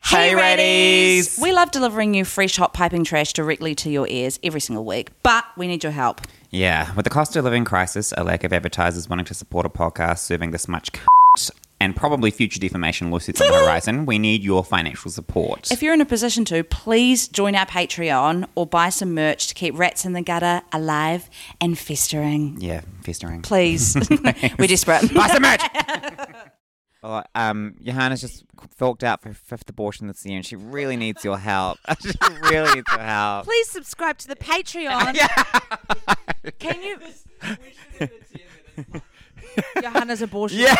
Hey, readies. We love delivering you fresh, hot piping trash directly to your ears every single week, but we need your help. Yeah, with the cost of living crisis, a lack of advertisers wanting to support a podcast serving this much c- and probably future defamation lawsuits on the horizon, we need your financial support. If you're in a position to, please join our Patreon or buy some merch to keep rats in the gutter alive and festering. yeah, festering. Please. We're desperate. Buy some merch! Well, um, Johanna's just forked out for her fifth abortion this year, and she really needs your help. she really needs your help. Please subscribe to the Patreon. Can you? Johanna's abortion. Yeah.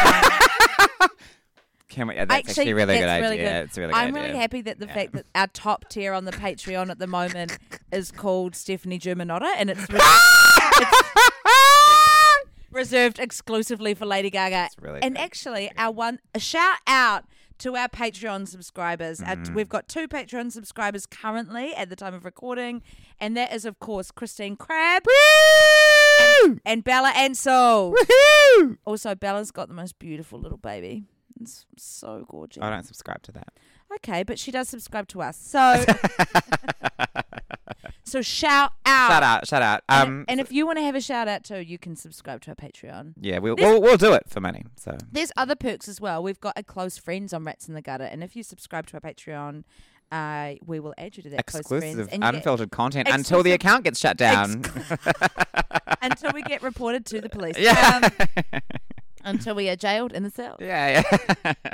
Can we, yeah, that's actually, Actually, a really good that's really idea. good. It's a really good I'm idea. really happy that the fact that our top tier on the Patreon at the moment is called Stephanie Germanotta, and it's, re- it's reserved exclusively for Lady Gaga. really and good. actually, our one a shout out to our Patreon subscribers. Our Mm-hmm. t- we've got two Patreon subscribers currently at the time of recording, and that is of course Christine Crab and Bella Ansel. Also, Bella's got the most beautiful little baby. It's so gorgeous. I Oh, don't subscribe to that. Okay, but she does subscribe to us. So So shout out. Shout out, shout out. Um, Oh. and, and if you want to have a shout out too, you can subscribe to our Patreon. yeah, we'll, we'll we'll do it for money. So There's other perks as well. We've got a close friends on Rats in the Gutter, and if you subscribe to our Patreon, uh, we will add you to that close exclusive, friends and you get- unfiltered content until the Exclusive- account gets shut down. until we get reported to the police. Yeah. Um, until we are jailed in the cell. yeah, yeah.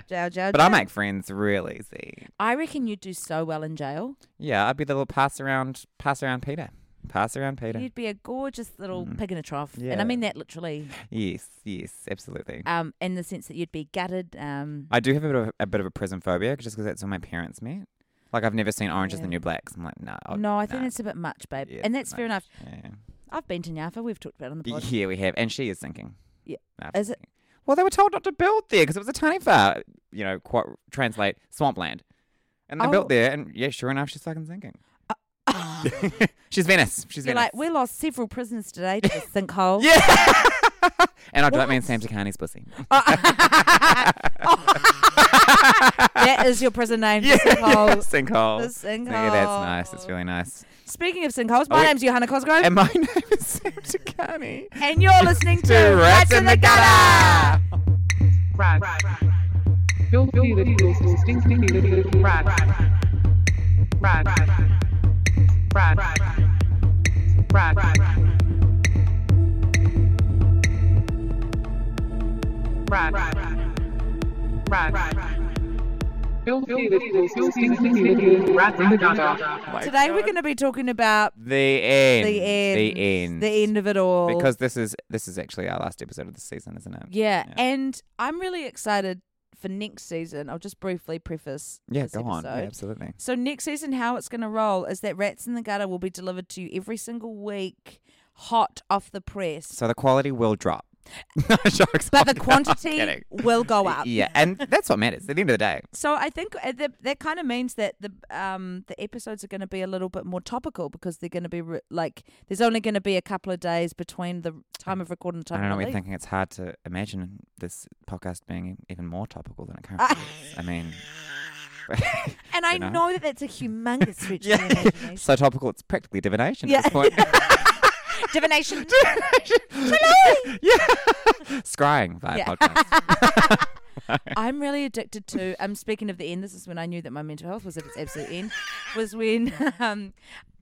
Jail, jail, but I jail. make friends real easy. I reckon you'd do so well in jail. Yeah, I'd be the little pass around, pass around Peter, pass around Peter. You'd be a gorgeous little pig in a trough, and Yeah. I mean that literally. yes, yes, absolutely. um, in the sense that you'd be gutted. Um, I do have a bit of a bit of a prison phobia just because that's all my parents met. Like I've never seen Orange is the Oh, Yeah. New Blacks. I'm like, no, I'll- no, I think nah, that's a bit much, babe, yeah, and that's fair enough. Yeah. I've been to Nyaffa. We've talked about it on the pod. yeah, we have, and she is sinking. Yeah. Nah, Is it- Well, they were told not to build there because it was a tiny far, you know, quite, translate swampland, and they Oh. Uh, built there, and yeah, sure enough, she's fucking sinking. she's Venice. She's You're Venice. like, we lost several prisoners today to the sinkhole. yeah. and I don't mean Sam Takani's pussy. Uh, that is your prison name. the uh, sinkhole. sinkhole. The sinkhole. Yeah, that's nice. It's really nice. Speaking of sinkholes, my wait. name's Johanna Cosgrove, And and, my name is Sam Takani. you're listening to To Rats in the Gutter. Rat. Filthy little, stinky little rat. Rat. Rat. Rat. Rat. Rat. Filthy little, stinky little rat in the gutter. Oh Today we're going to be talking about The end. the end, The end. the end of it all. Because this is this is actually our last episode of the season, isn't it? Yeah, Yeah. and I'm really excited for next season. I'll just briefly preface. Yeah, this go on. Yeah, episode. absolutely. So next season, how it's going to roll is that Rats in the Gutter will be delivered to you every single week, hot off the press, So the quality will drop. no jokes. but the on you. I'm quantity kidding. will go up. Yeah, and that's what matters. At the end of the day, So I think uh, that, that kind of means that the um the episodes are going to be a little bit more topical because they're going to be re- like there's only going to be a couple of days between the time of recording and I time. don't know. of We're release. thinking it's hard to imagine this podcast being even more topical than it currently is. I mean, And I you know? know? that that's a humongous stretch Yeah. of the imagination. so topical it's practically divination Yeah. at this point. Divination. Scrying via Yeah. podcast. I'm really addicted to. Um, speaking of the end, this is when I knew that my mental health was at its absolute end. Was when um,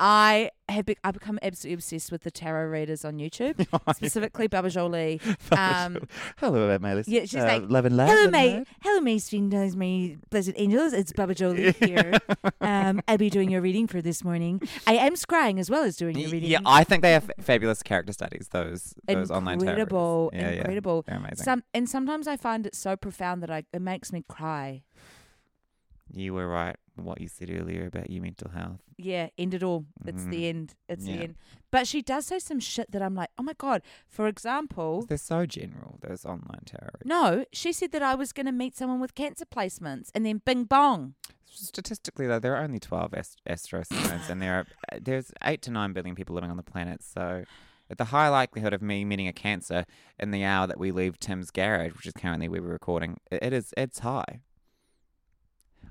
I have be- I become absolutely obsessed with the tarot readers on YouTube, specifically Baba Jolie. Um, Hello, my listeners. yeah, she's Uh, like, love and life. Hello, and mate. light." Hello, mate. Strangers, me blessed angels. It's Baba Jolie here. Um, I'll be doing your reading for this morning. I am scrying as well as doing your Y- reading. Yeah, I think they have fabulous character studies. Those those online tarot readers. incredible, Yeah, yeah. incredible. They're amazing. Some and sometimes I find it so profound that I it makes me cry. you were right. What you said earlier about your mental health. yeah, end it all. It's the end. It's Mm-hmm. Yeah. the end. But she does say some shit that I'm like, oh my god. For example, They're so general. Those online tarot. readers. Oh. no, she said that I was going to meet someone with cancer placements, and then bing bong. Statistically, though, there are only twelve ast- astro signs, and there are uh, there's eight to nine billion people living on the planet. So, the high likelihood of me meeting a cancer in the hour that we leave Tim's garage, which is currently where we're recording, i- it is it's high.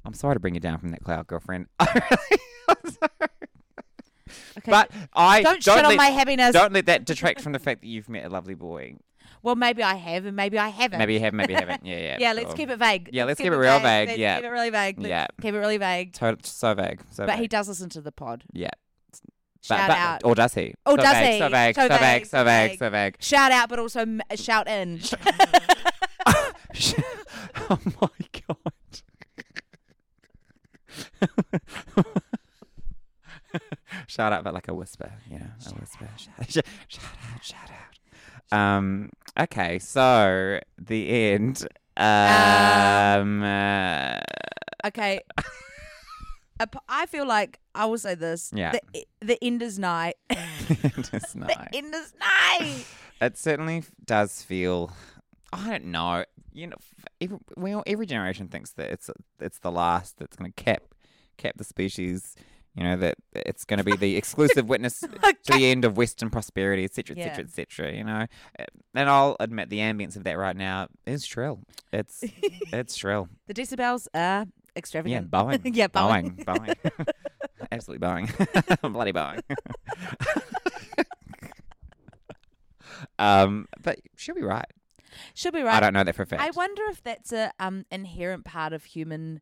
I'm sorry to bring you down from that cloud, girlfriend. I'm sorry. Okay. But I don't, shit let, on my happiness. Don't let that detract from the fact that you've met a lovely boy. Well, maybe I have, and maybe I haven't. Maybe you have, maybe you haven't. Yeah, yeah. Yeah, let's sure. keep it vague. Yeah, let's keep it real vague, Let's yeah. keep it really vague. Let's Yeah. keep it really vague. Tot- so vague. So But vague. he does listen to the pod. Yeah. But- Shout but- out. Or does he? Oh, so does vague, he? So vague, so vague, so vague, so vague. Shout out, but also m- shout in. oh my god. shout out, but like a whisper, you know, a whisper. Shout, shout, out, shout out. Um, okay, so the end. Um, uh, okay. Ap- I feel like I will say this. Yeah. The, the Ender's night. it's not. The Ender's night. It certainly f- does feel. I don't know. You know, f- every, well, every generation thinks that it's it's the last that's going to cap cap the species. You know that it's going to be the exclusive witness to the end of Western prosperity, etc., Yeah. etc., etc. You know, Uh, and I'll admit the ambience of that right now is shrill. It's it's shrill. The decibels are Yeah, extravagant. Boeing. Yeah, Boeing. Boeing. Boeing. Absolutely Boeing. Bloody Boeing. um, but she'll be right. Should be right. I don't know that for a fact. I wonder if that's a um inherent part of human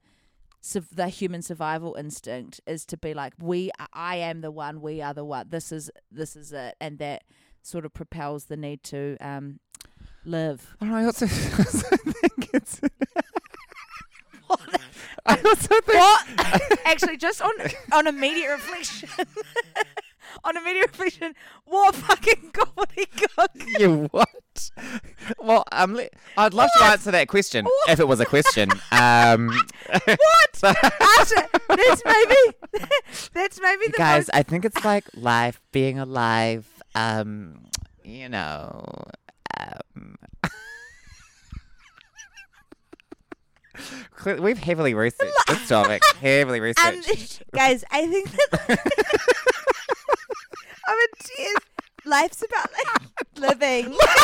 su- the human survival instinct is to be like we are, I am the one we are the one this is this is it and that sort of propels the need to um live Oh, I don't know, I also, I also think it's. I also think. what actually just on on immediate reflection on immediate reflection what a fucking gobbledygook You what? Well, um, le- I'd love to answer that question if it was a question. Um, what Asha, that's maybe that's maybe the guys, most- I think it's like life, being alive. Um, you know. Um. Cle- We've heavily researched this topic. Heavily Um, researched. guys, I think that I'm in tears. Life's about like, living. my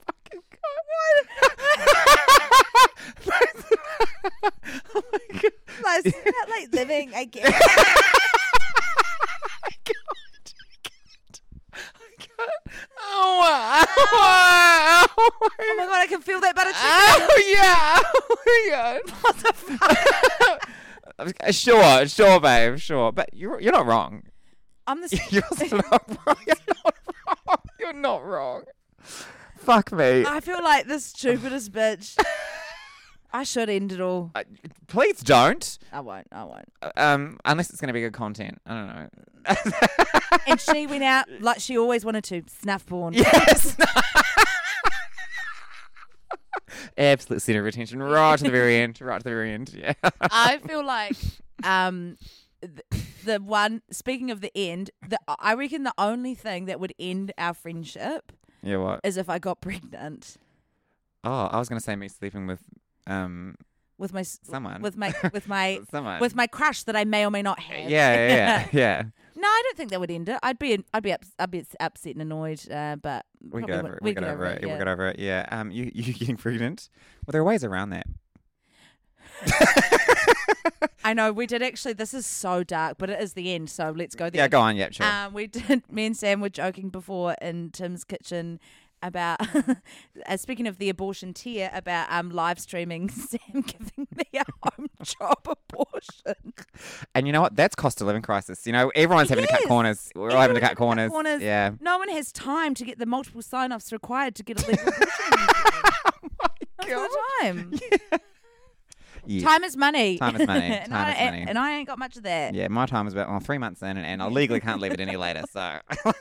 fucking god! oh my god! Life's about like living. I guess. I can't. I can't. I can't. Oh, wow. oh, Oh my god, I can feel that butter chicken. Oh yeah! Oh my god! sure, sure, babe, sure. But you're you're not wrong. I'm the. s- You're also not wrong. You're not wrong. You're not wrong. Fuck me. I feel like the stupidest bitch. I should end it all. I- Uh, Please don't. I won't. I won't. Um, unless it's gonna be good content. I don't know. And she went out like she always wanted to. Snuff porn. Yes. Absolute center of attention, right to the very end, right to the very end. Yeah. I feel like um th- the one speaking of the end, the I reckon the only thing that would end our friendship Yeah. What? is if I got pregnant Oh, I was gonna say me sleeping with um with my s- Someone. with my with my someone. with my crush that I may or may not yeah, have. yeah, yeah, yeah. no, I don't think that would end it. I'd be I'd be ups, I'd be upset and annoyed, uh, but We got probably over wouldn't- it. We got over it. We got over it. Yeah. Um, you you getting pregnant? Well, there are ways around that. I know we did actually. This is so dark, but it is the end. So let's go there. Yeah. Go on. Yeah. Sure. Um, we did. Me and Sam were joking before in Tim's kitchen about uh, speaking of the abortion tier about um live streaming Sam giving me a home job abortion. and you know what? That's cost of living crisis. You know, everyone's having to cut Yes. corners. We're all having to Everyone's cut corners. Yeah. No one has time to get the multiple sign-offs required to get a legal abortion. Oh That's all the time. Yeah. Time is money. Time is money. and, Time I, is money. and I ain't got much of that. Yeah, my time is about well, three months in, and, and I legally can't leave it any later. So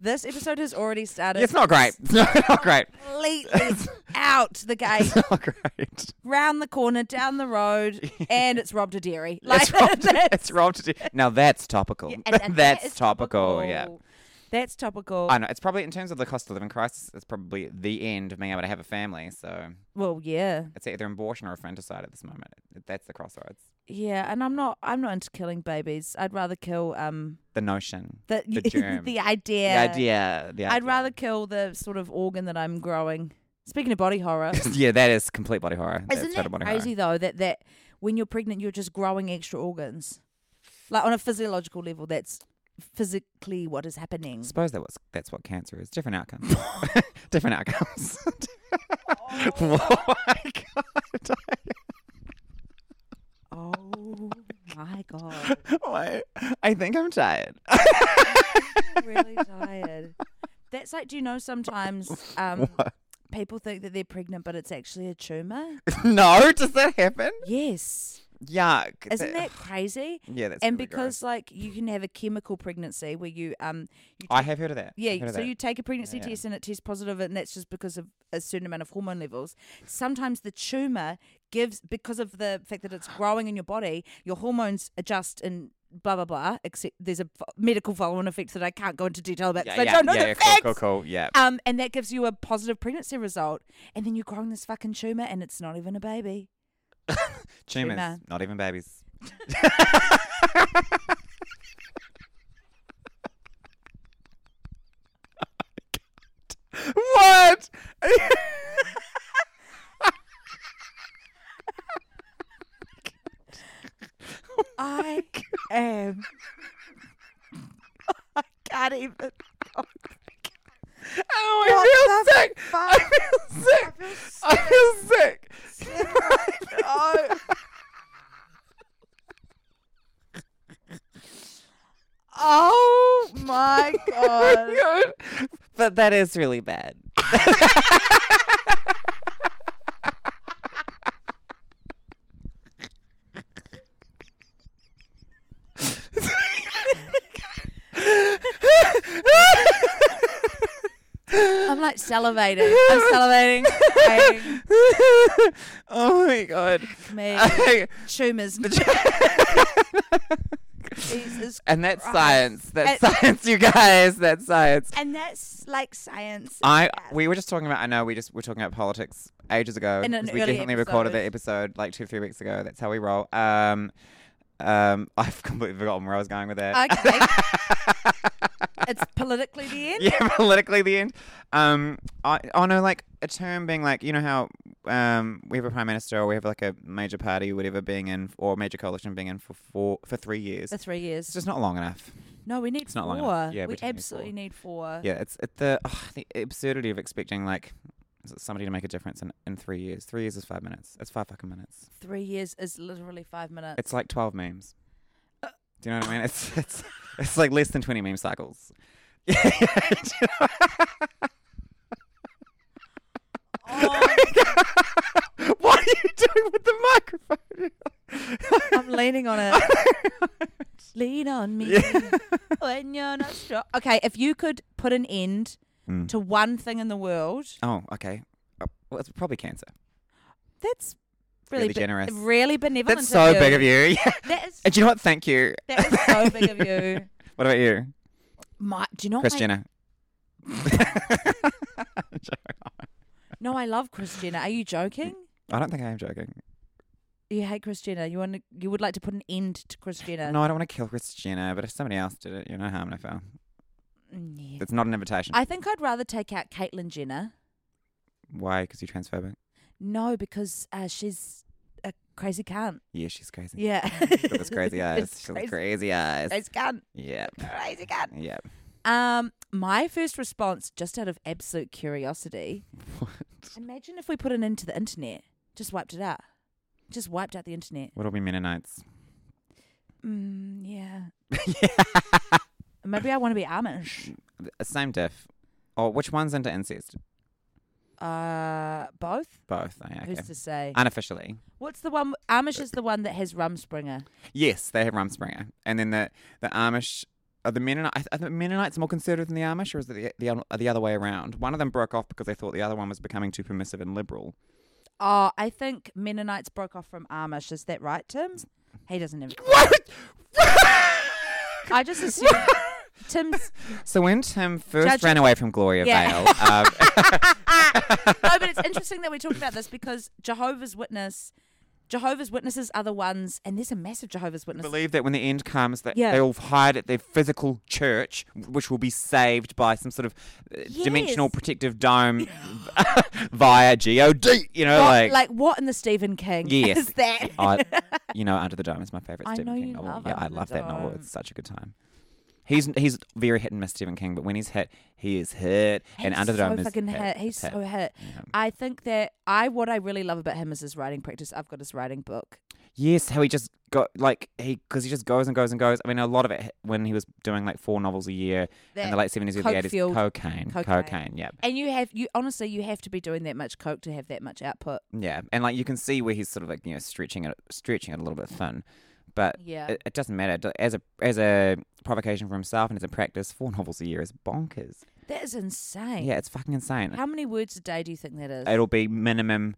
This episode has already started. it's not great. It's not, not great. Completely out the gate, It's not great. round the corner, down the road, and it's robbed a dairy. It's robbed. that's- It's robbed to do. Now that's topical. and- and that that's is topical. Yeah. That's topical. I know. It's probably in terms of the cost of living crisis. It's probably the end of being able to have a family. So well, yeah, it's either abortion or infanticide at this moment. That's the crossroads. yeah, and I'm not. I'm not into killing babies. I'd rather kill um The notion. the The germ. the idea. The idea. The idea. I'd rather kill the sort of organ that I'm growing. Speaking of body horror, yeah, that is complete body horror. That's isn't total that body crazy horror. though that that when you're pregnant you're just growing extra organs, like on a physiological level that's physically what is happening. I suppose that was that's what cancer is. Different outcomes. Different outcomes. oh my god. Oh my god, Wait, I think I'm tired. I'm really tired. That's like, do you know sometimes um, people think that they're pregnant, but it's actually a tumor? no, does that happen? yes. Yuck. Isn't that crazy? Yeah, that's and really gross. because like you can have a chemical pregnancy where you um you I have heard of that. I've yeah heard of so that. you take a pregnancy Yeah. test and it tests positive and that's just because of a certain amount of hormone levels sometimes the tumor gives because of the fact that it's growing in your body your hormones adjust and blah blah blah except there's a fo- medical follow-on effect that i can't go into detail about yeah, 'cause yeah, i don't know yeah, the yeah, facts cool, cool, cool. Yeah. um and that gives you a positive pregnancy result and then you're growing this fucking tumor and it's not even a baby Tumors, tumor. not even babies. what? I am. I can't even. Oh, I feel sick. I feel sick. I feel sick. Oh. oh my god. God. But that is really bad. I'm like salivating. I'm salivating. Hating oh my god. me. Tumors. Jesus. and that's Christ. science. That's And- science, you guys. That's science. And that's like science. I we were just talking about. I know we just were talking about politics ages ago. In an 'cause we early definitely recorded episode. that episode like two, three weeks ago. That's how we roll. Um, um, I've completely forgotten where I was going with that. Okay. it's politically the end. yeah, politically the end. Um, I, oh no, like a term being like you know how um we have a prime minister or we have like a major party or whatever being in or major coalition being in for four for three years. The three It's years. just not long enough. No, we need It's four. not long enough. Yeah, we we definitely need absolutely four. need four. Yeah, it's it, the ugh, the absurdity of expecting like s- somebody to make a difference in, in three years. Three years is five minutes. It's five fucking minutes. Three years is literally five minutes. It's like twelve memes. Uh, Do you know what I mean? It's it's it's like less than twenty meme cycles. Oh, what are you doing with the microphone? I'm leaning on it. Lean on me when you're not strong. Okay, if you could put an end Mm. to one thing in the world, Oh, okay. Oh, Well, it's probably cancer. that's really, Really be- generous. really benevolent. That's so big of you. Yeah. That is, And do you know what? Thank you. that is so big of you. What about you, My, do you know? Chris I, Jenner? No, I love Chris Jenner. Are you joking? I don't think I am joking. You hate Chris Jenner. You want? To, you would like to put an end to Chris Jenner? No, I don't want to kill Chris Jenner, but if somebody else did it, you know harm, no foul. Mm, yeah. It's not an invitation. Why? I think I'd rather take out Caitlyn Jenner. Why? Because you're transphobic. No, because uh, she's a crazy cunt. Yeah, she's crazy. Yeah. She's got those crazy eyes. It's She's got crazy. crazy eyes. Crazy cunt. Yep. Crazy cunt. Yep. Um, my first response, just out of absolute curiosity, What? imagine if we put an end to the internet, just wiped it out, just wiped out the internet. What'll be Mennonites? Mm, yeah. Maybe I want to be Amish. The Same diff. Oh, which one's into incest? Uh, both. Both. Oh, yeah, Who's okay. to say? Unofficially. What's the one? Amish is the one that has Rumspringer. Yes, they have Rumspringer. And then the, the Amish. Are the Mennonites, are the Mennonites more conservative than the Amish, or is it the, the, oth- the other way around? One of them broke off because they thought the other one was becoming too permissive and liberal. Oh, I think Mennonites broke off from Amish. Is that right, Tim? He doesn't have. What? I just assume Tim's. So when Tim first Judge- ran away from Gloria Yeah. Vale, um, ah, No, but it's interesting that we talked about this because Jehovah's Witness Jehovah's Witnesses are the ones, and there's a massive Jehovah's I Witness. believe that when the end comes, that Yeah. they'll hide at their physical church, which will be saved by some sort of uh, dimensional Yes. protective dome via God. You know, What- like, what in the Stephen King Yes. is that? I, you know, Under the Dome is my favorite I Stephen know King you novel. love yeah, Under I the love that novel. Dome. It's such a good time. He's he's very hit and miss Stephen King, but when he's hit, he is hit. and He's Under the so Dome is fucking hit. hit. He's It's hit. so hit. Yeah. I think that I what I really love about him is his writing practice. I've got his writing book. Yes, how he just got like he because he just goes and goes and goes. I mean, a lot of it when he was doing like four novels a year in That- the late seventies, early coke eighties, fueled cocaine, cocaine, cocaine. yeah, And you have you honestly you have to be doing that much coke to have that much output. yeah, and like you can see where he's sort of like you know stretching it, stretching it a little bit thin, but Yeah. it, it doesn't matter It do- as a as a provocation for himself and as a practice. Four novels a year is bonkers. that is insane. Yeah, it's fucking insane. How many words a day do you think that is? It'll be minimum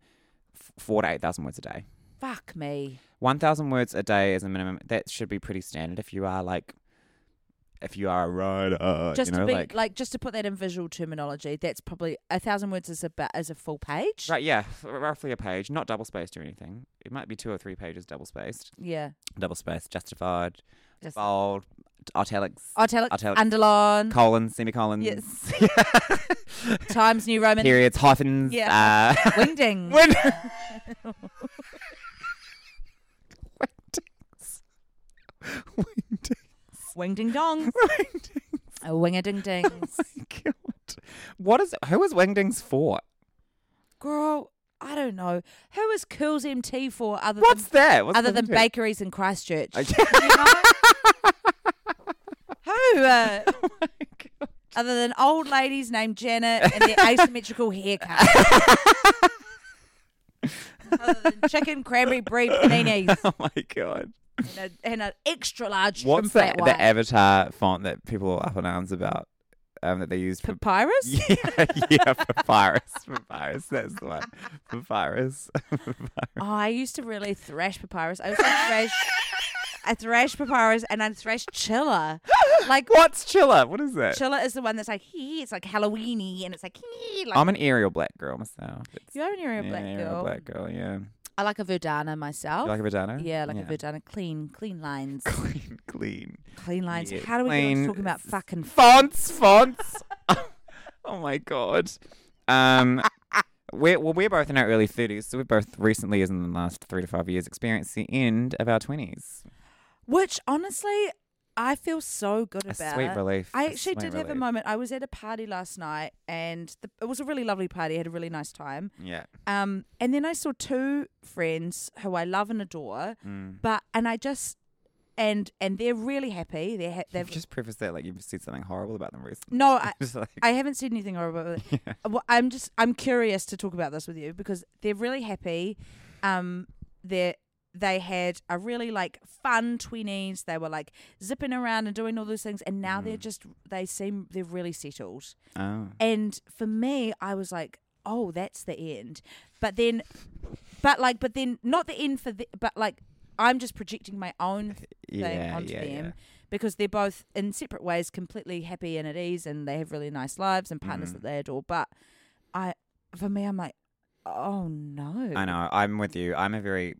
f- four to eight thousand words a day. Fuck me. One thousand words a day is a minimum. That should be pretty standard if you are like. If you are a writer, Just you know, to be like, like, just to put that in visual terminology, that's probably a thousand words is about as a full page. Right, yeah, f- roughly a page, not double spaced or anything. It might be two or three pages double spaced. Yeah. Double spaced, justified, Just bold, italics, italic, Italic. underline, colons, semicolons, Mm-hmm. Yes. Times New Roman, periods, hyphens. Yeah. Uh, wingding. when- Wing ding dong. A wing a ding ding. God. What is who is Wingdings for? Girl, I don't know. Who is Curls MT for other What's than, that? What's other than Wingdings? bakeries in Christchurch? Oh, You know? Who? Uh, Oh other than old ladies named Janet and their asymmetrical haircut. other than chicken cranberry bread paninis Oh my god! and, a, and an extra large shrimp What's the, flat the white. avatar font that people are up in arms about? Um, that they use for Papyrus? Yeah, yeah, papyrus, papyrus. That's the one. Papyrus. Oh, I used to really thrash papyrus. I used to thrash, I thrash papyrus and I thrash chiller. Like What's chiller? What is that? chiller is the one that's like hee, it's like Halloweeny, and it's like hee, like I'm an aerial black girl myself. It's- you're an area yeah, black aerial girl. black girl. Yeah. You I like a Verdana myself. like a vagina? yeah, like a Verdana, clean, clean lines, Clean, clean. clean lines. Yeah, How do we get on clean. to talking about fucking? F- Fonts, fonts. oh my god. Um. We're, well, we're both in our early 30s, so we're both recently, as in the last three to five years, experienced the end of our 20s. Which honestly, I feel so good A about. sweet relief. I a actually sweet did have a relief. moment. I was at a party last night, and the, it was a really lovely party. I had a really nice time. Yeah. Um, and then I saw two friends who I love and adore, Mm. but and I just and and they're really happy. They ha- You've they've just prefaced that like you've said something horrible about them recently. no, I, Just like, I haven't said anything horrible. About it. Yeah. Well, I'm just I'm curious to talk about this with you because they're really happy. Um, they they had a really like fun twenties. They were like zipping around and doing all those things, and now Mm. they're just they seem they're really settled. oh. And for me, I was like, oh, that's the end. But then, but like, but then not the end for the, but like, I'm just projecting my own thing Yeah, onto yeah, them yeah. because they're both in separate ways, completely happy and at ease, and they have really nice lives and Mm. partners that they adore. But I, for me, I'm like, oh no. I know. I'm with you. I'm a very,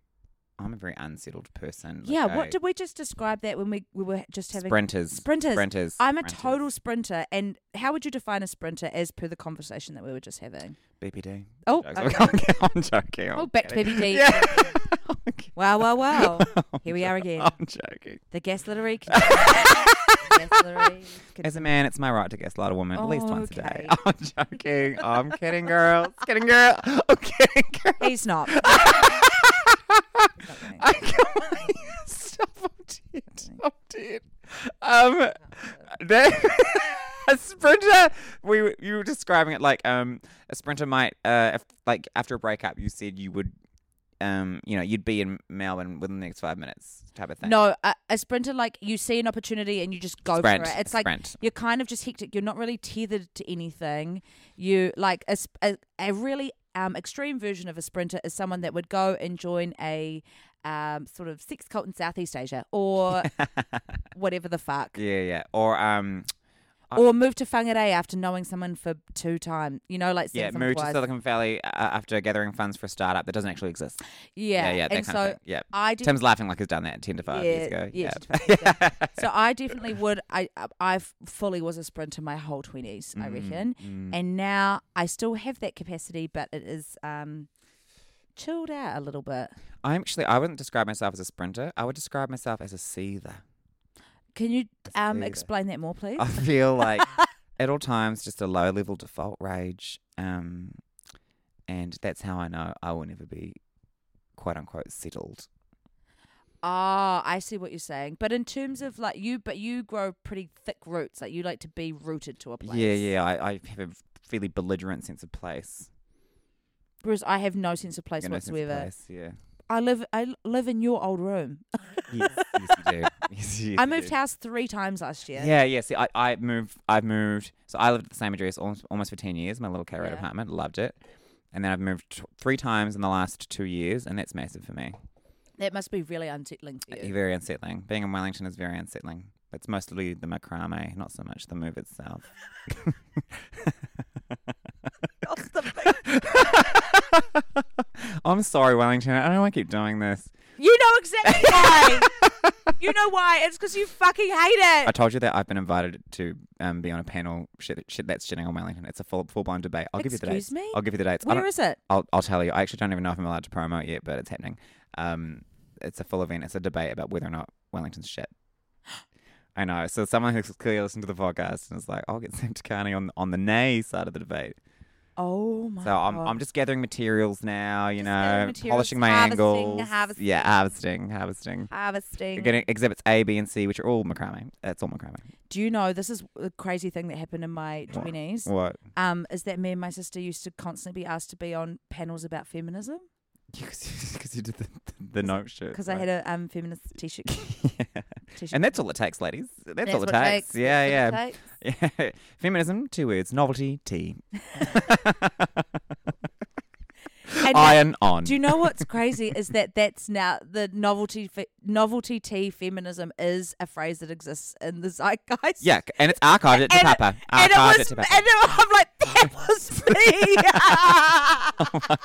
I'm a very unsettled person. Yeah. Like, I- What did we just describe that when we we were just having sprinters? Sprinters. Sprinters. I'm a sprinters. total sprinter, and how would you define a sprinter as per the conversation that we were just having? BPD. Oh, Jokes. I'm okay. joking. I'm joking. Oh, back to kidding. BPD. Yeah. Wow, wow, wow. I'm Here we are jo- again. I'm joking. The gaslighter. gaslighter. As a man, it's my right to gaslight a woman at least once a day. Okay. I'm joking. I'm kidding, girl. Kidding, girl. I'm kidding, girl. He's not. I can't stop. I'm dead. I'm dead. Um, that, a sprinter. We were- you were describing it like um a sprinter might uh if, like after a breakup you said you would um you know you'd be in Melbourne within the next five minutes type of thing. No, a, a sprinter like you see an opportunity and you just go Sprint, for it. It's like sprint. you're kind of just hectic. You're not really tethered to anything. You like a sp- a, a really um, extreme version of a sprinter is someone that would go and join a um, sort of sex cult in Southeast Asia or whatever the fuck. Yeah, yeah. Or um or move to Whangarei after knowing someone for two times. You know, like seeing yeah, someone moved to twice. Silicon Valley uh, after gathering funds for a startup that doesn't actually exist. Yeah, yeah, yeah that and kind so of thing. Yeah. I did. Tim's laughing like he's done that 10 to 5 years ago. Yeah, Yeah. yeah, she totally did. so I definitely would. I I- I f- fully was a sprinter my whole twenties, Mm, I reckon, and now I still have that capacity, but it is um chilled out a little bit. I'm actually, I wouldn't describe myself as a sprinter. I would describe myself as a seether. Can you um either. explain that more, please? I feel like at all times just a low level default rage. Um, and that's how I know I will never be quote unquote settled. Ah, I see what you're saying. But in terms of like you, but you grow pretty thick roots. Like you like to be rooted to a place. Yeah, yeah. I, I have a fairly belligerent sense of place. Whereas I have no sense of place You know, sense of whatsoever. place, Yeah. I live I l- live in your old room. Yes, yes, you do. Yes, yes, I you moved do. house three times last year. Yeah, yeah. See, I, I moved. I've moved. So I lived at the same address almost, almost for ten years. My little K road Yeah. apartment. Loved it. And then I've moved t- three times in the last two years, and that's massive for me. That must be really unsettling for you. Very unsettling. Being in Wellington is very unsettling. It's mostly the macrame, not so much the move itself. I'm sorry, Wellington. I don't want to keep doing this. You know exactly why. you know why? It's because you fucking hate it. I told you that I've been invited to um, be on a panel. Shit, shit, that's shitting on Wellington. It's a full, full blown debate. I'll give you the dates. Excuse me? I'll give you the dates. I Where don't- is it? I'll, I'll tell you. I actually don't even know if I'm allowed to promote yet, but it's happening. Um, it's a full event. It's a debate about whether or not Wellington's shit. I know. So someone who's clearly listened to the podcast and is like, I'll get Sam Takani on on the nay side of the debate. Oh my So I'm, god. I'm just gathering materials now, you Just gathering know, materials, polishing my harvesting, angles. harvesting. Yeah, harvesting, harvesting. You're harvesting. getting exhibits A, B, and C, which are all macrame. That's all macrame. Do you know this is a crazy thing that happened in my twenties? What? Um, is that me and my sister used to constantly be asked to be on panels about feminism Because you did the, the note shirt. because I had a um feminist t-shirt. t-shirt. Uh, And that's all it takes, ladies. That's, That's all it what takes. takes. Yeah, yeah. That's what it takes. Yeah. Feminism, two words. Novelty, tea. And Iron on. Do you know what's crazy is that that's now the novelty fe- novelty tea feminism is a phrase that exists in the zeitgeist. yeah, c- and it's archived at Te And, it- Papa. and it Archived was, at Te and Papa. it- I'm like, that was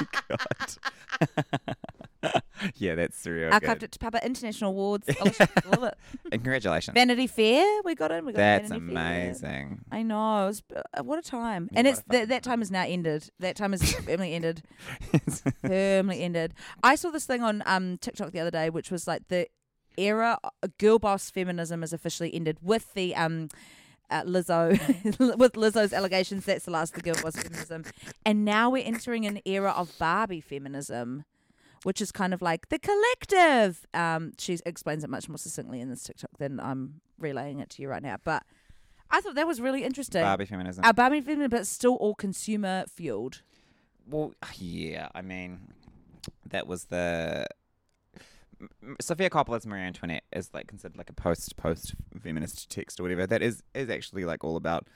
me. oh my god. yeah, that's surreal. Archived good. at Papa International Awards. Scholarship. Love it. And Congratulations. Vanity Fair, we got in. We got That's Vanity Fair. amazing. I know. It was, uh, what a time. Yeah, And what it's a th- fucking that time is now ended. That time is firmly ended. firmly ended. I saw this thing on um, TikTok the other day, which was like the era uh, girl boss feminism is officially ended with the um, uh, Lizzo, with Lizzo's allegations. That's the last of the girl boss feminism, and now we're entering an era of Barbie feminism. Which is kind of like the collective. Um, she explains it much more succinctly in this TikTok than I'm relaying it to you right now. But I thought that was really interesting. Barbie feminism. Uh, Barbie feminism, but it's still all consumer fueled. Well, yeah, I mean, that was the. M- M- Sophia Coppola's Marie Antoinette is like considered like a post post feminist text or whatever. That is is actually like all about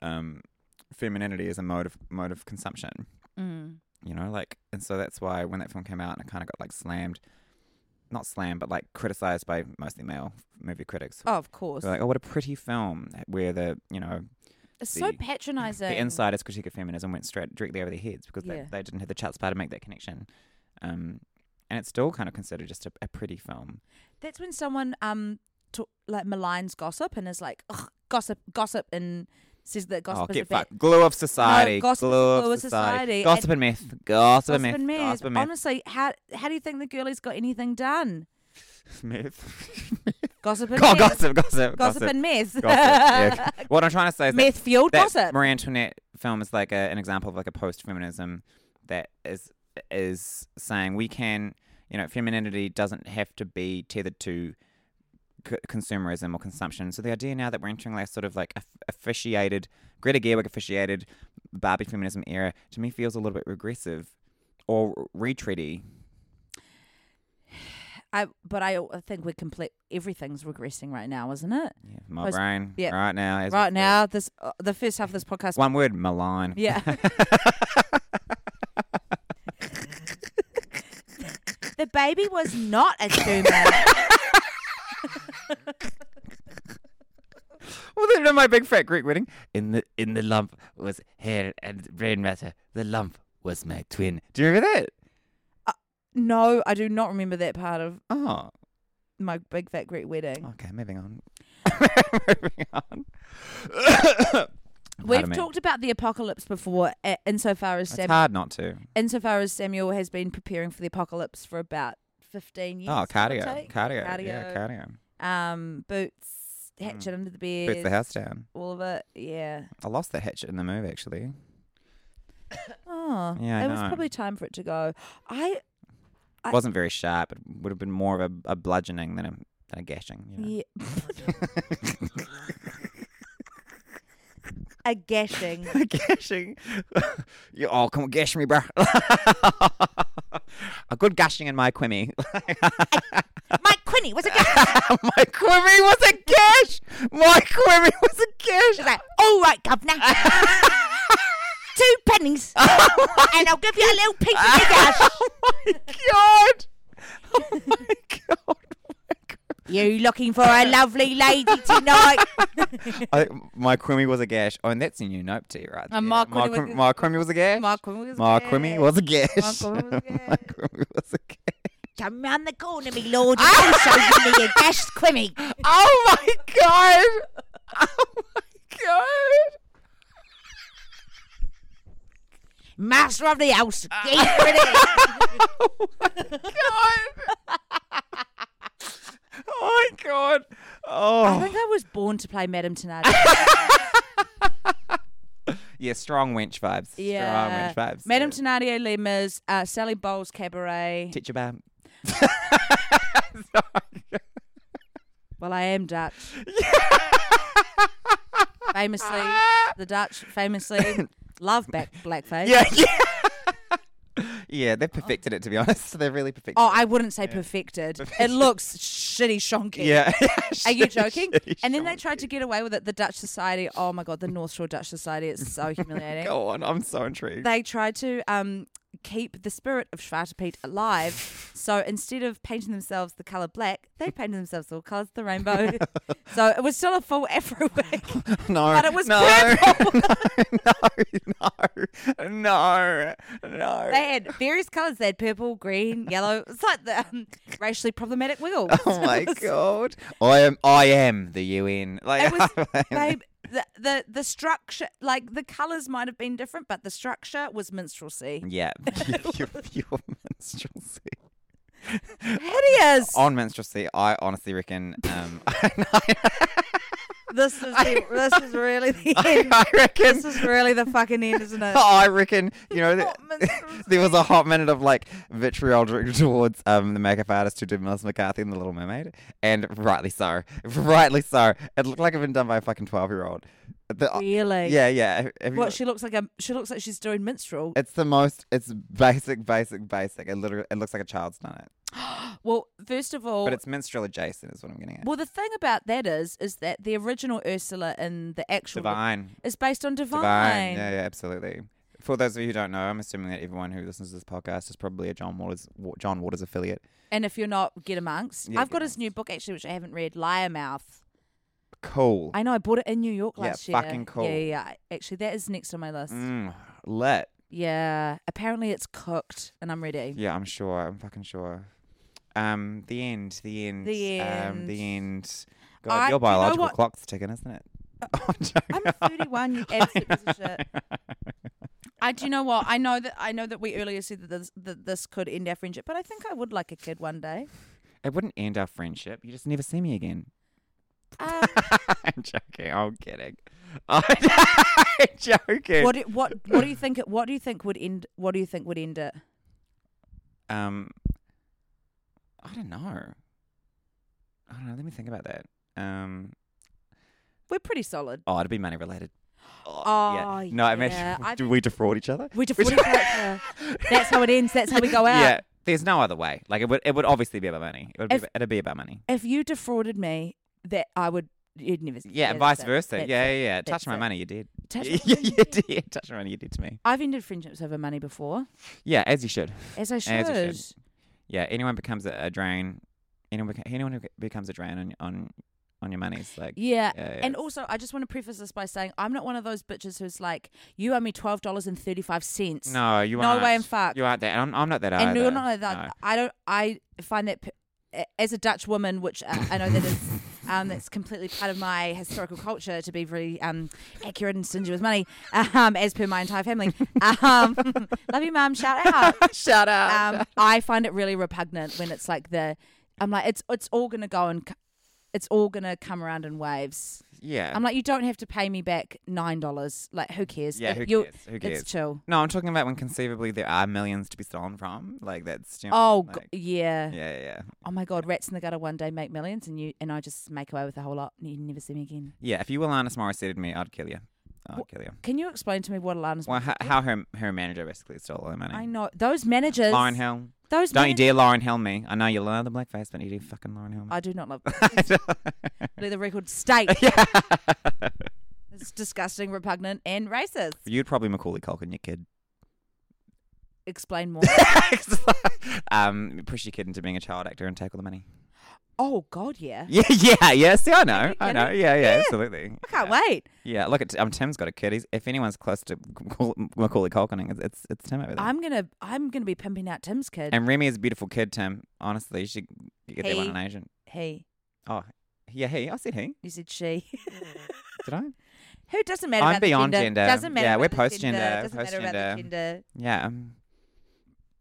um, femininity as a mode of mode of consumption. Mm. You know, like, and so that's why when that film came out, and it kind of got like slammed, not slammed, but like criticized by mostly male movie critics. Oh, of course. They're like, oh, what a pretty film where the you know It's the- so the patronizing. the insiders' critique of feminism went straight directly over their heads because Yeah. they, they didn't have the chutzpah to make that connection. Um, and it's still kind of considered just a, a pretty film. That's when someone um to, like maligns gossip and is like, Ugh, gossip, gossip, and says that gossip oh, is a get bad. fucked. Glue of society. gossip is glue, the glue of of society. society, Gossip and myth. Gossip and Gossip myth. and myth. Gossip and myth. Honestly, how how do you think the girlie's got anything done? myth. Gossip and God, myth. gossip, gossip, gossip. Gossip and mess. gossip. Yeah. What I'm trying to say is that Meth fueled that gossip. Marie Antoinette film is like a, an example of like a post-feminism that is is saying we can, you know, femininity doesn't have to be tethered to c- consumerism or consumption. So the idea now that we're entering like sort of like aff- officiated Greta Gerwig officiated Barbie feminism era to me feels a little bit regressive or retreaty. I, but I think we're complete. Everything's regressing right now, isn't it? Yeah, my Post- brain yeah. right now. as we Right speak. now, this uh, the first half of this podcast. One word, malign. Yeah. the baby was not a tumor. Well, then, Remember my big fat Greek wedding? In the in the lump was hair and brain matter. The lump was my twin. Do you remember that? No, I do not remember that part of Oh, my big fat Greek wedding. okay. Moving on. moving on. Pardon We've me. talked about the apocalypse before, uh, insofar as It's Sam- eh? hard not to. Oh, insofar as Samuel has been preparing for the apocalypse for about fifteen years. Oh, cardio, give or take. cardio, Cardio. yeah, cardio. Um, boots, hatchet under the bed, Puts Mm. the house down. all of it. Yeah. I lost that hatchet in the move actually. Oh, Yeah, I it was know. probably time for it to go. I I- It wasn't very sharp. It would have been more of a, a bludgeoning than a than a gashing. You know? yeah. a gashing. gashing. you all come gash me, bruh. a good gashing in my quimmy. My Quinny was a gash. my quimmy was a gash. My quimmy was a gash. She's like, all right, governor. Two pennies, and I'll give you a little piece of the gash. oh my god. Oh my god. You looking for a lovely lady tonight? I, think my quimmy was a gash. Oh, and that's in your note too, right? Uh, there. my, my quimmy was quim- a- my quimmy was a gash. My Quinny was a My gash. quimmy was a gash. quimmy was a My quimmy was a gash. Come round the corner, me lord, and also give me a gash, Quimmy. Oh my god! Oh my god! Master of the house. Get rid of it. Oh my god! I Oh think I was born to play Madame Tenardi. yeah, strong wench vibes. yeah. strong wench vibes. Madame yeah. Tenardi Lima's uh, Sally Bowles Cabaret. teacher bam. Well, I am Dutch. famously, the Dutch famously love back blackface. Yeah, yeah, yeah. They've perfected it to be honest. They've really perfected. Oh, it. I wouldn't say perfected. It looks shitty shonky. yeah. Are you joking? And then they tried to get away with it. The Dutch Society. Oh my god, the North Shore Dutch Society. It's so humiliating. Go on, I'm so intrigued. They tried to um, keep the spirit of Schwartepeet alive. So instead of painting themselves the color black, they painted themselves all colors of the rainbow. so it was still a full Afro wig. no, but it was no, purple. no, no, no. They had various colors. They had purple, green, yellow. It's like the um, racially problematic wiggle. Oh my god! I am, I am the UN. It Like, was, babe, the, the the structure, like the colors might have been different, but the structure was minstrelsy. yeah, pure, pure minstrelsy. Hideous. On minstrelsy, I honestly reckon. Um, this is the, this is really the I, end. I reckon. This is really the fucking end, isn't it? I reckon. You know, Not th- there was a hot minute of like vitriol directed towards um the makeup artist who did Melissa McCarthy and The Little Mermaid, and rightly so, rightly so. It looked like it had been done by a fucking twelve year old. Really? Yeah, yeah. Have you What looked- she looks like? A, she looks like she's doing minstrel. it's the most. It's basic, basic, basic. It literally, it looks like a child's done it. Well, first of all, But it's minstrel adjacent, is what I'm getting at. well, the thing about that is, is that the original Ursula in the actual Divine. is based on divine. Divine. Yeah, yeah, absolutely. For those of you who don't know, I'm assuming that everyone who listens to this podcast is probably a John Waters Wa- John Waters affiliate. And if you're not, get amongst. Yeah, I've get got his new book actually, which I haven't read, Liar Mouth. Cool. I know I bought it in New York Yeah, last year. fucking cool. Yeah, yeah. yeah. Actually, that is next on my list. Mm, let. Yeah. Apparently, it's cooked, and I'm ready. Yeah, I'm sure. I'm fucking sure. Um, the end. The end. The Um, the end. God, I- do you know your biological what- Uh, clock's ticking, isn't it? I'm joking. I'm 31. You absolute piece of shit. I do you know what I know that I know that we earlier said that this, that this could end our friendship, but I think I would like a kid one day. It wouldn't end our friendship. You just never see me again. Um, I'm joking. I'm kidding. I'm joking. what do- what what do you think? it- What do you think would end? What do you think would end it? Um, I don't know. I don't know. Let me think about that. Um, We're pretty solid. oh, it'd be money related. Oh, No, I mean, yeah, I do we defraud each other? We defraud each other. That's how it ends. That's how we go out. Yeah. There's no other way. Like it would. It would obviously be about money. It would If- be, it'd be about money. If you defrauded me, that I would. You'd never. Yeah, that's vice it. versa. That's Yeah, it. yeah, yeah. That's Touch my it. money, you did. Touch yeah, my yeah, money, you you did. Touch my money, you did to me. I've ended friendships over money before, Yeah, as you should. as I should. As you should. Yeah, anyone becomes a, a drain. Anyone, beca- anyone who becomes a drain on on on your monies. Like, Yeah. Yeah, yeah. And also, I just want to preface this by saying I'm not one of those bitches who's like, you owe me twelve dollars and thirty five cents. no, you No aren't. way in fuck. You aren't that. I'm, I'm not that and either. you're not like that. No. I don't. I find that p- a- as a Dutch woman, which uh, I know that is. Um, that's completely part of my historical culture to be very um, accurate and stingy with money, um, as per my entire family. Um, love you, mum. Shout out. Shut up. um, I find it really repugnant when it's like the I'm like it's it's all gonna go and c- it's all gonna come around in waves. yeah. I'm like you don't have to pay me back nine dollars. Like who cares? yeah, If who you- cares? Who cares? It's chill. no, I'm talking about when conceivably there are millions to be stolen from. Like, that's. You know, Oh like, g- yeah. Yeah, yeah, yeah. Oh my god, rats in the gutter one day make millions, and you and I just make away with a whole lot. and You never see me again. Yeah, if you Alanis Morissette said me, I'd kill you. I'd Wha- kill you. Can you explain to me what Alana's? Well, h- how her her manager basically stole all her money. I know those managers. Lauren Hill. Those Don't you manag- dare Lauren Hill me. I know you love the blackface, but you do fucking Lauren Hill me. I do not love. Let the record state. It's disgusting, repugnant, and racist. You'd probably Macaulay Culkin, your kid. Explain more. um, push your kid into being a child actor and take all the money. oh God, yeah. Yeah, yeah, yeah. See, I know, I kidding? know. Yeah, yeah, absolutely. I can't yeah. wait. Yeah, look at um, Tim's got a kid. He's, if anyone's close to Macaul- Macaulay Culkin, it's it's, it's Tim over there. I'm gonna I'm gonna be pimping out Tim's kid. and Remy is a beautiful kid, Tim. Honestly, you should get that one He- an Asian. he. Oh, yeah, he. I said he. You said she. Did I? Who doesn't matter? I'm about the beyond gender. gender. Doesn't matter. Yeah, about we're the post-gender, gender, Doesn't matter about the post-gender. gender. Yeah. Um,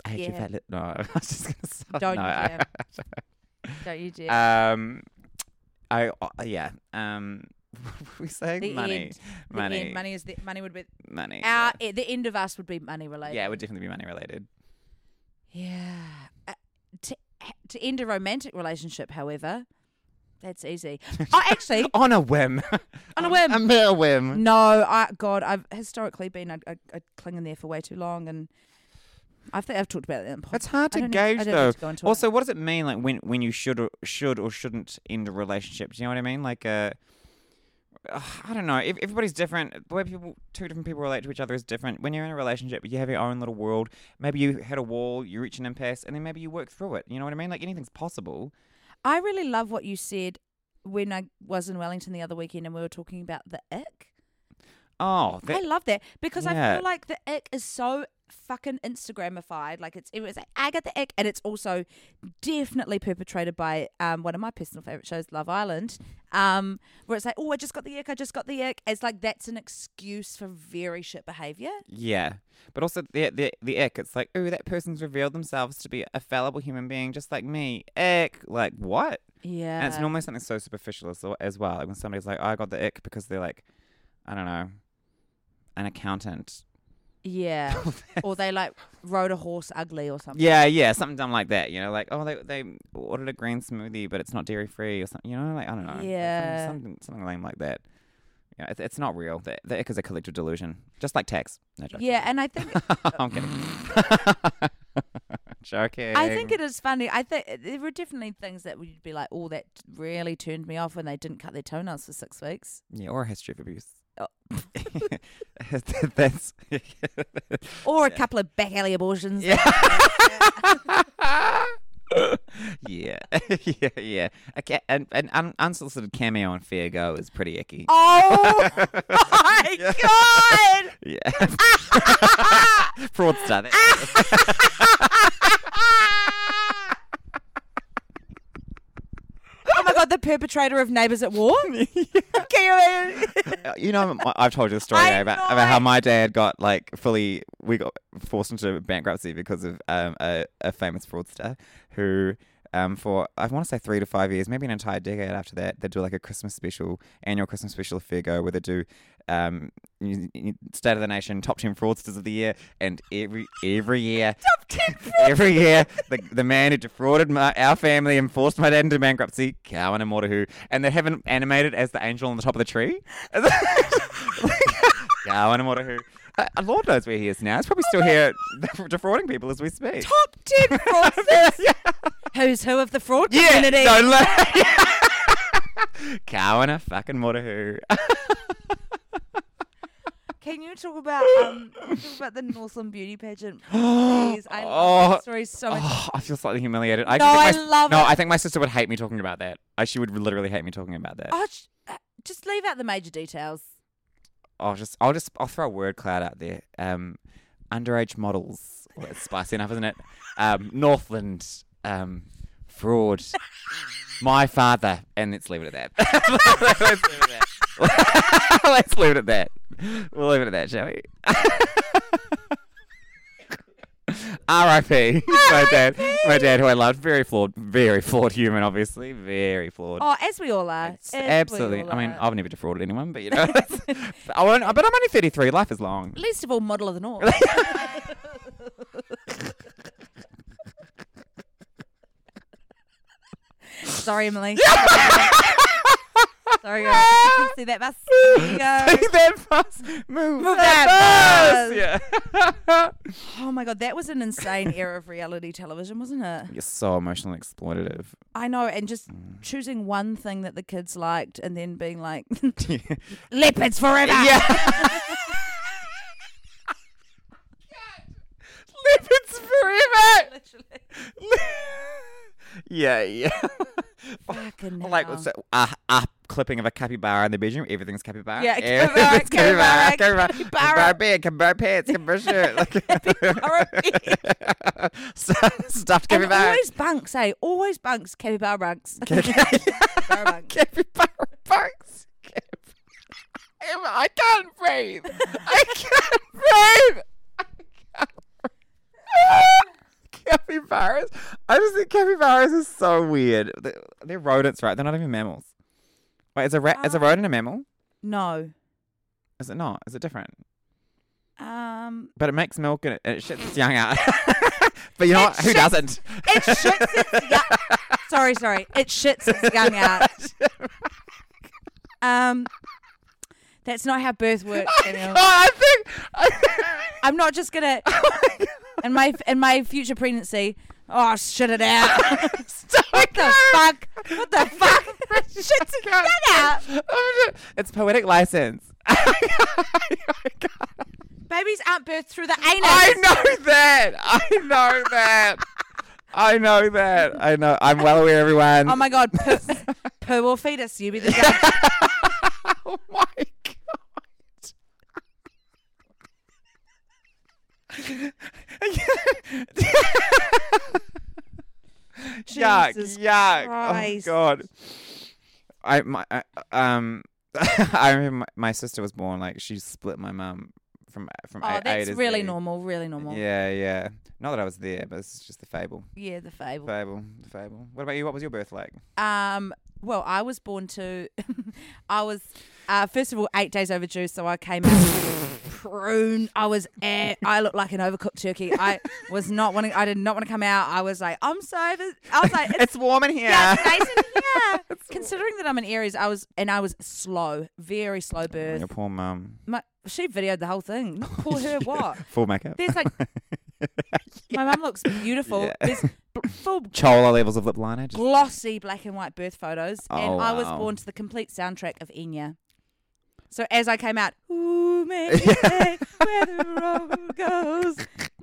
I hate you, Yeah. fat li- No, I was just gonna say. Don't no, you I- dare. Don't you dare. Um, I uh, yeah. Um, what were we saying? The money, end. The end. money, Money is the money would be money. our yeah. eh, the end of us would be money related. yeah, it would definitely be money related. Yeah. Uh, to to end a romantic relationship, however, that's easy. oh, actually, On a whim. On a whim. A mere whim. No, I God, I've historically been I, I, I clinging there for way too long, and I think I've talked about that. In the pod- It's hard to I don't need- I gauge don't need though. to go into it. also, what does it mean like when when you should or should or shouldn't end a relationship? Do you know what I mean? Like uh, ugh, I don't know. Ev- everybody's different. The way people, two different people relate to each other is different. When you're in a relationship, you have your own little world. Maybe you hit a wall, you reach an impasse, and then maybe you work through it. You know what I mean? Like anything's possible. I really love what you said when I was in Wellington the other weekend, and we were talking about the ick. Oh, I that, love that because I yeah. feel like the ick is so fucking Instagramified. Like it's it was like I got the ick, and it's also definitely perpetrated by um one of my personal favorite shows, Love Island, um where it's like oh I just got the ick, I just got the ick. It's like that's an excuse for very shit behavior. Yeah, but also the the the ick. It's like, oh, that person's revealed themselves to be a fallible human being, just like me. Ick. Like what? Yeah, and it's normally something so superficial as, as well. Like when somebody's like, oh, I got the ick because they're like, I don't know, an accountant. yeah. or they like rode a horse ugly or something. yeah, yeah, something dumb like that. You know, like oh, they they ordered a green smoothie, but it's not dairy free or something. You know, like I don't know. Some- Yeah. something something lame like that. Yeah, it's, it's not real. The, the ick is a collective delusion, just like tax. No joke. Yeah, and I think I'm kidding. joking. I think it is funny. I think uh, there were definitely things that would be like, "Oh, that really turned me off when they didn't cut their toenails for six weeks." Yeah, or a history of abuse. Oh. That's Or a couple of back alley abortions. yeah. yeah, yeah, yeah. A ca- an, an un- unsolicited cameo on Fair Go is pretty icky. Oh my god! Yeah, fraudster. That. Oh my god, the perpetrator of Neighbours at War. Can you imagine? Uh, you know, my- I've told you the story I about, know about how it. my dad got like fully, we got forced into bankruptcy because of um, a, a famous fraudster who, um, for I want to say three to five years, maybe an entire decade after that, they do like a Christmas special, annual Christmas special of Figo where they do um, n- n- State of the Nation, top 10 fraudsters of the year, and every every year, top 10 every year, the, the man who defrauded my, our family and forced my dad into bankruptcy, Cowan and Mortahu, and they have him animated as the angel on the top of the tree. Cowan and Mortahu. Uh, Lord knows where he is now. He's probably still here defrauding people as we speak. Top ten fraudsters. Who's who of the fraud yeah, community? don't lie. Cowan and fucking Mortahu. Can you talk about um talk about the Northland beauty pageant? Please, I love Oh. that story so much. Oh, I feel slightly humiliated. I No, actually I think my, s- love No, it. I think my sister would hate me talking about that. I, she would literally hate me talking about that. Oh, sh- uh, just leave out the major details. I'll just, I'll just, I'll throw a word cloud out there. Um, underage models. Well, it's spicy enough, isn't it? Um, Northland. Um, fraud. my father, and let's leave it at that. let's leave it at that. let's leave it at that. We'll leave it at that, shall we? R.I.P. my dad, my dad, who I loved, very flawed, very flawed human, obviously, very flawed. Oh, as we all are. It's As we absolutely. all I mean, are. I've never defrauded anyone, but you know, that's- but I won't- but I'm only 33. Life is long. least of all, model of the north. Sorry, Emily. Sorry, guys. You can see that bus. There you go. Take that bus. Move, that bus. bus. Yeah. Oh my god, that was an insane era of reality television, wasn't it? You're so emotionally exploitative. I know, and just choosing one thing that the kids liked, and then being like, yeah. "Leopards forever." Leopards forever. yeah, yeah. Fucking Like hell. what's that? Uh, uh, clipping of a capybara in the bedroom. Everything's capybara. Yeah, Everything's capybara, capybara, capybara, capybara, capybara beard, capybara pants, capybara shirt. Like, stuffed And capybara. always bunks, eh? Always bunks, capybara bunks. Capybara bunks. Capybara bunks. Capybara- I can't breathe. I can't breathe. I can't breathe. Capybaras. I just think capybaras is so weird. They- They're rodents, right? They're not even mammals. Wait, is a rat Um, is a rodent a mammal? No. Is it not? Is it different? Um, But it makes milk and it, and it shits its young out. but you know what? Who doesn't? it shits its young. Sorry, sorry. It shits its young out. Um, that's not how birth works. Daniel. Oh, I think. I'm not just gonna. in my in my future pregnancy. Oh, shit it out. what the fuck? What the fuck? Shit's its young out. it's poetic license. Babies aren't birthed through the anus. I know that. I know that. I know that. I know. I'm well aware, everyone. Oh my god, poo, poo or fetus, you be the judge. Oh my god. yuck! Jesus Yuck! Christ. Oh god. I my I, um. I remember my, my sister was born. Like she split my mum from from A, Oh, A that's to really Z. normal, really normal. Yeah, Yeah, yeah. Not that I was there, but it's just the fable. the fable. Fable, the fable. What about you? What was your birth like? Um, well, I was born to, I was, uh, first of all, eight days overdue, so I came out prune. I was, eh, I looked like an overcooked turkey. I was not wanting, I did not want to come out. I was like, I'm so, over- I was like, it's, It's warm in here. yeah, it's nice in here. Considering that I'm an Aries, I was, and I was slow, very slow birth. Your poor mum. My, she videoed the whole thing. Not Poor her, what? Full makeup. There's like, my mum looks beautiful. Yeah. There's bl- full Chola levels of lip liner. Just glossy black and white birth photos, and Oh, I was wow. born to the complete soundtrack of Enya. So as I came out, ooh, make me stay where the road goes,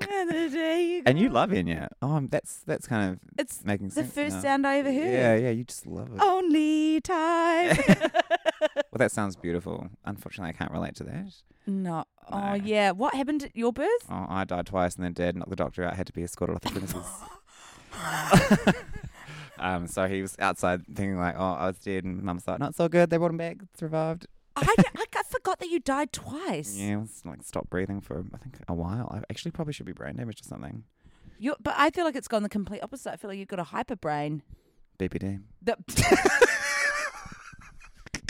where the day And you love Enya. Oh, um, that's that's kind of It's making the sense. first now. sound I ever heard. Oh. Yeah, yeah, you just love it. Only time. Well, that sounds beautiful. Unfortunately, I can't relate to that. no. Oh No. yeah. What happened at your birth? Oh, I died twice and then dad knocked the doctor out. Had to be escorted off the premises. um, so he was outside thinking like, oh, I was dead, and mum's like, not so good. They brought him back. It's revived. I, d- I, I forgot that you died twice. Yeah, it's like stopped breathing for I think a while. I actually probably should be brain damaged or something. you but I feel like it's gone the complete opposite. I feel like you've got a hyper brain. BPD, The-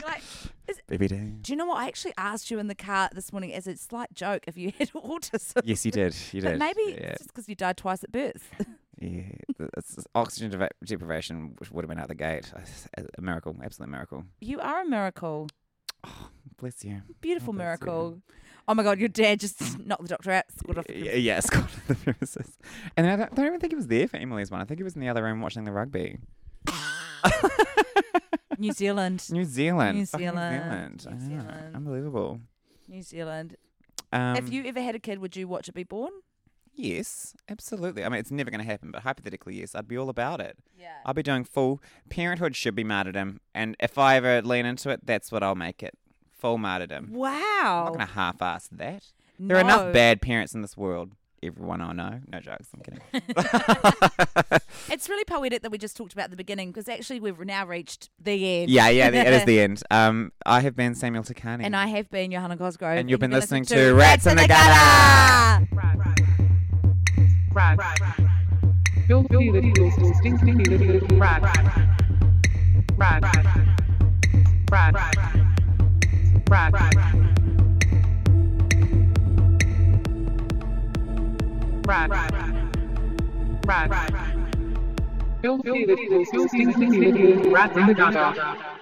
like, is, BPD. Do you know what? I actually asked you in the car this morning as a slight joke if you had autism. Yes, you did. You But did. maybe Yeah, it's just because you died twice at birth. yeah. Th- It's, it's oxygen deva- deprivation, which would have been out the gate. A- A miracle, absolute miracle. You are a miracle. Bless you. Beautiful bless you. miracle. Oh my God, your dad just knocked the doctor out. Squad off the Yeah, yeah, Scott the pharmacist. And I don't, don't even think he was there for Emily's one. I think he was in the other room watching the rugby. New Zealand. New Zealand. fucking New Zealand, Zealand. New I know. Zealand. Unbelievable. New Zealand. Um, if you ever had a kid, would you watch it be born? yes, absolutely. I mean, it's never going to happen, but hypothetically, yes, I'd be all about it. Yeah. I'll be doing full parenthood should be martyrdom, and if I ever lean into it, that's what I'll make it full martyrdom. I'm Wow. not going to half-ass that. There are enough No. bad parents in this world. Everyone I know. No jokes. I'm kidding. It's really poetic that we just talked about at the beginning because actually we've now reached the end. yeah, yeah. It is the end. Um, I have been Samuel Takani. And I have been Johanna Cosgrove. And you've been listening to Rats in the Gutter. Brad. You'll feel the deals, so stink, stink, stink, stink, stink, Brad. Brad. Brad. Brad. Brad. Brad. You'll feel the deals, so stink, stink, stink, stink, Brad in the gutter.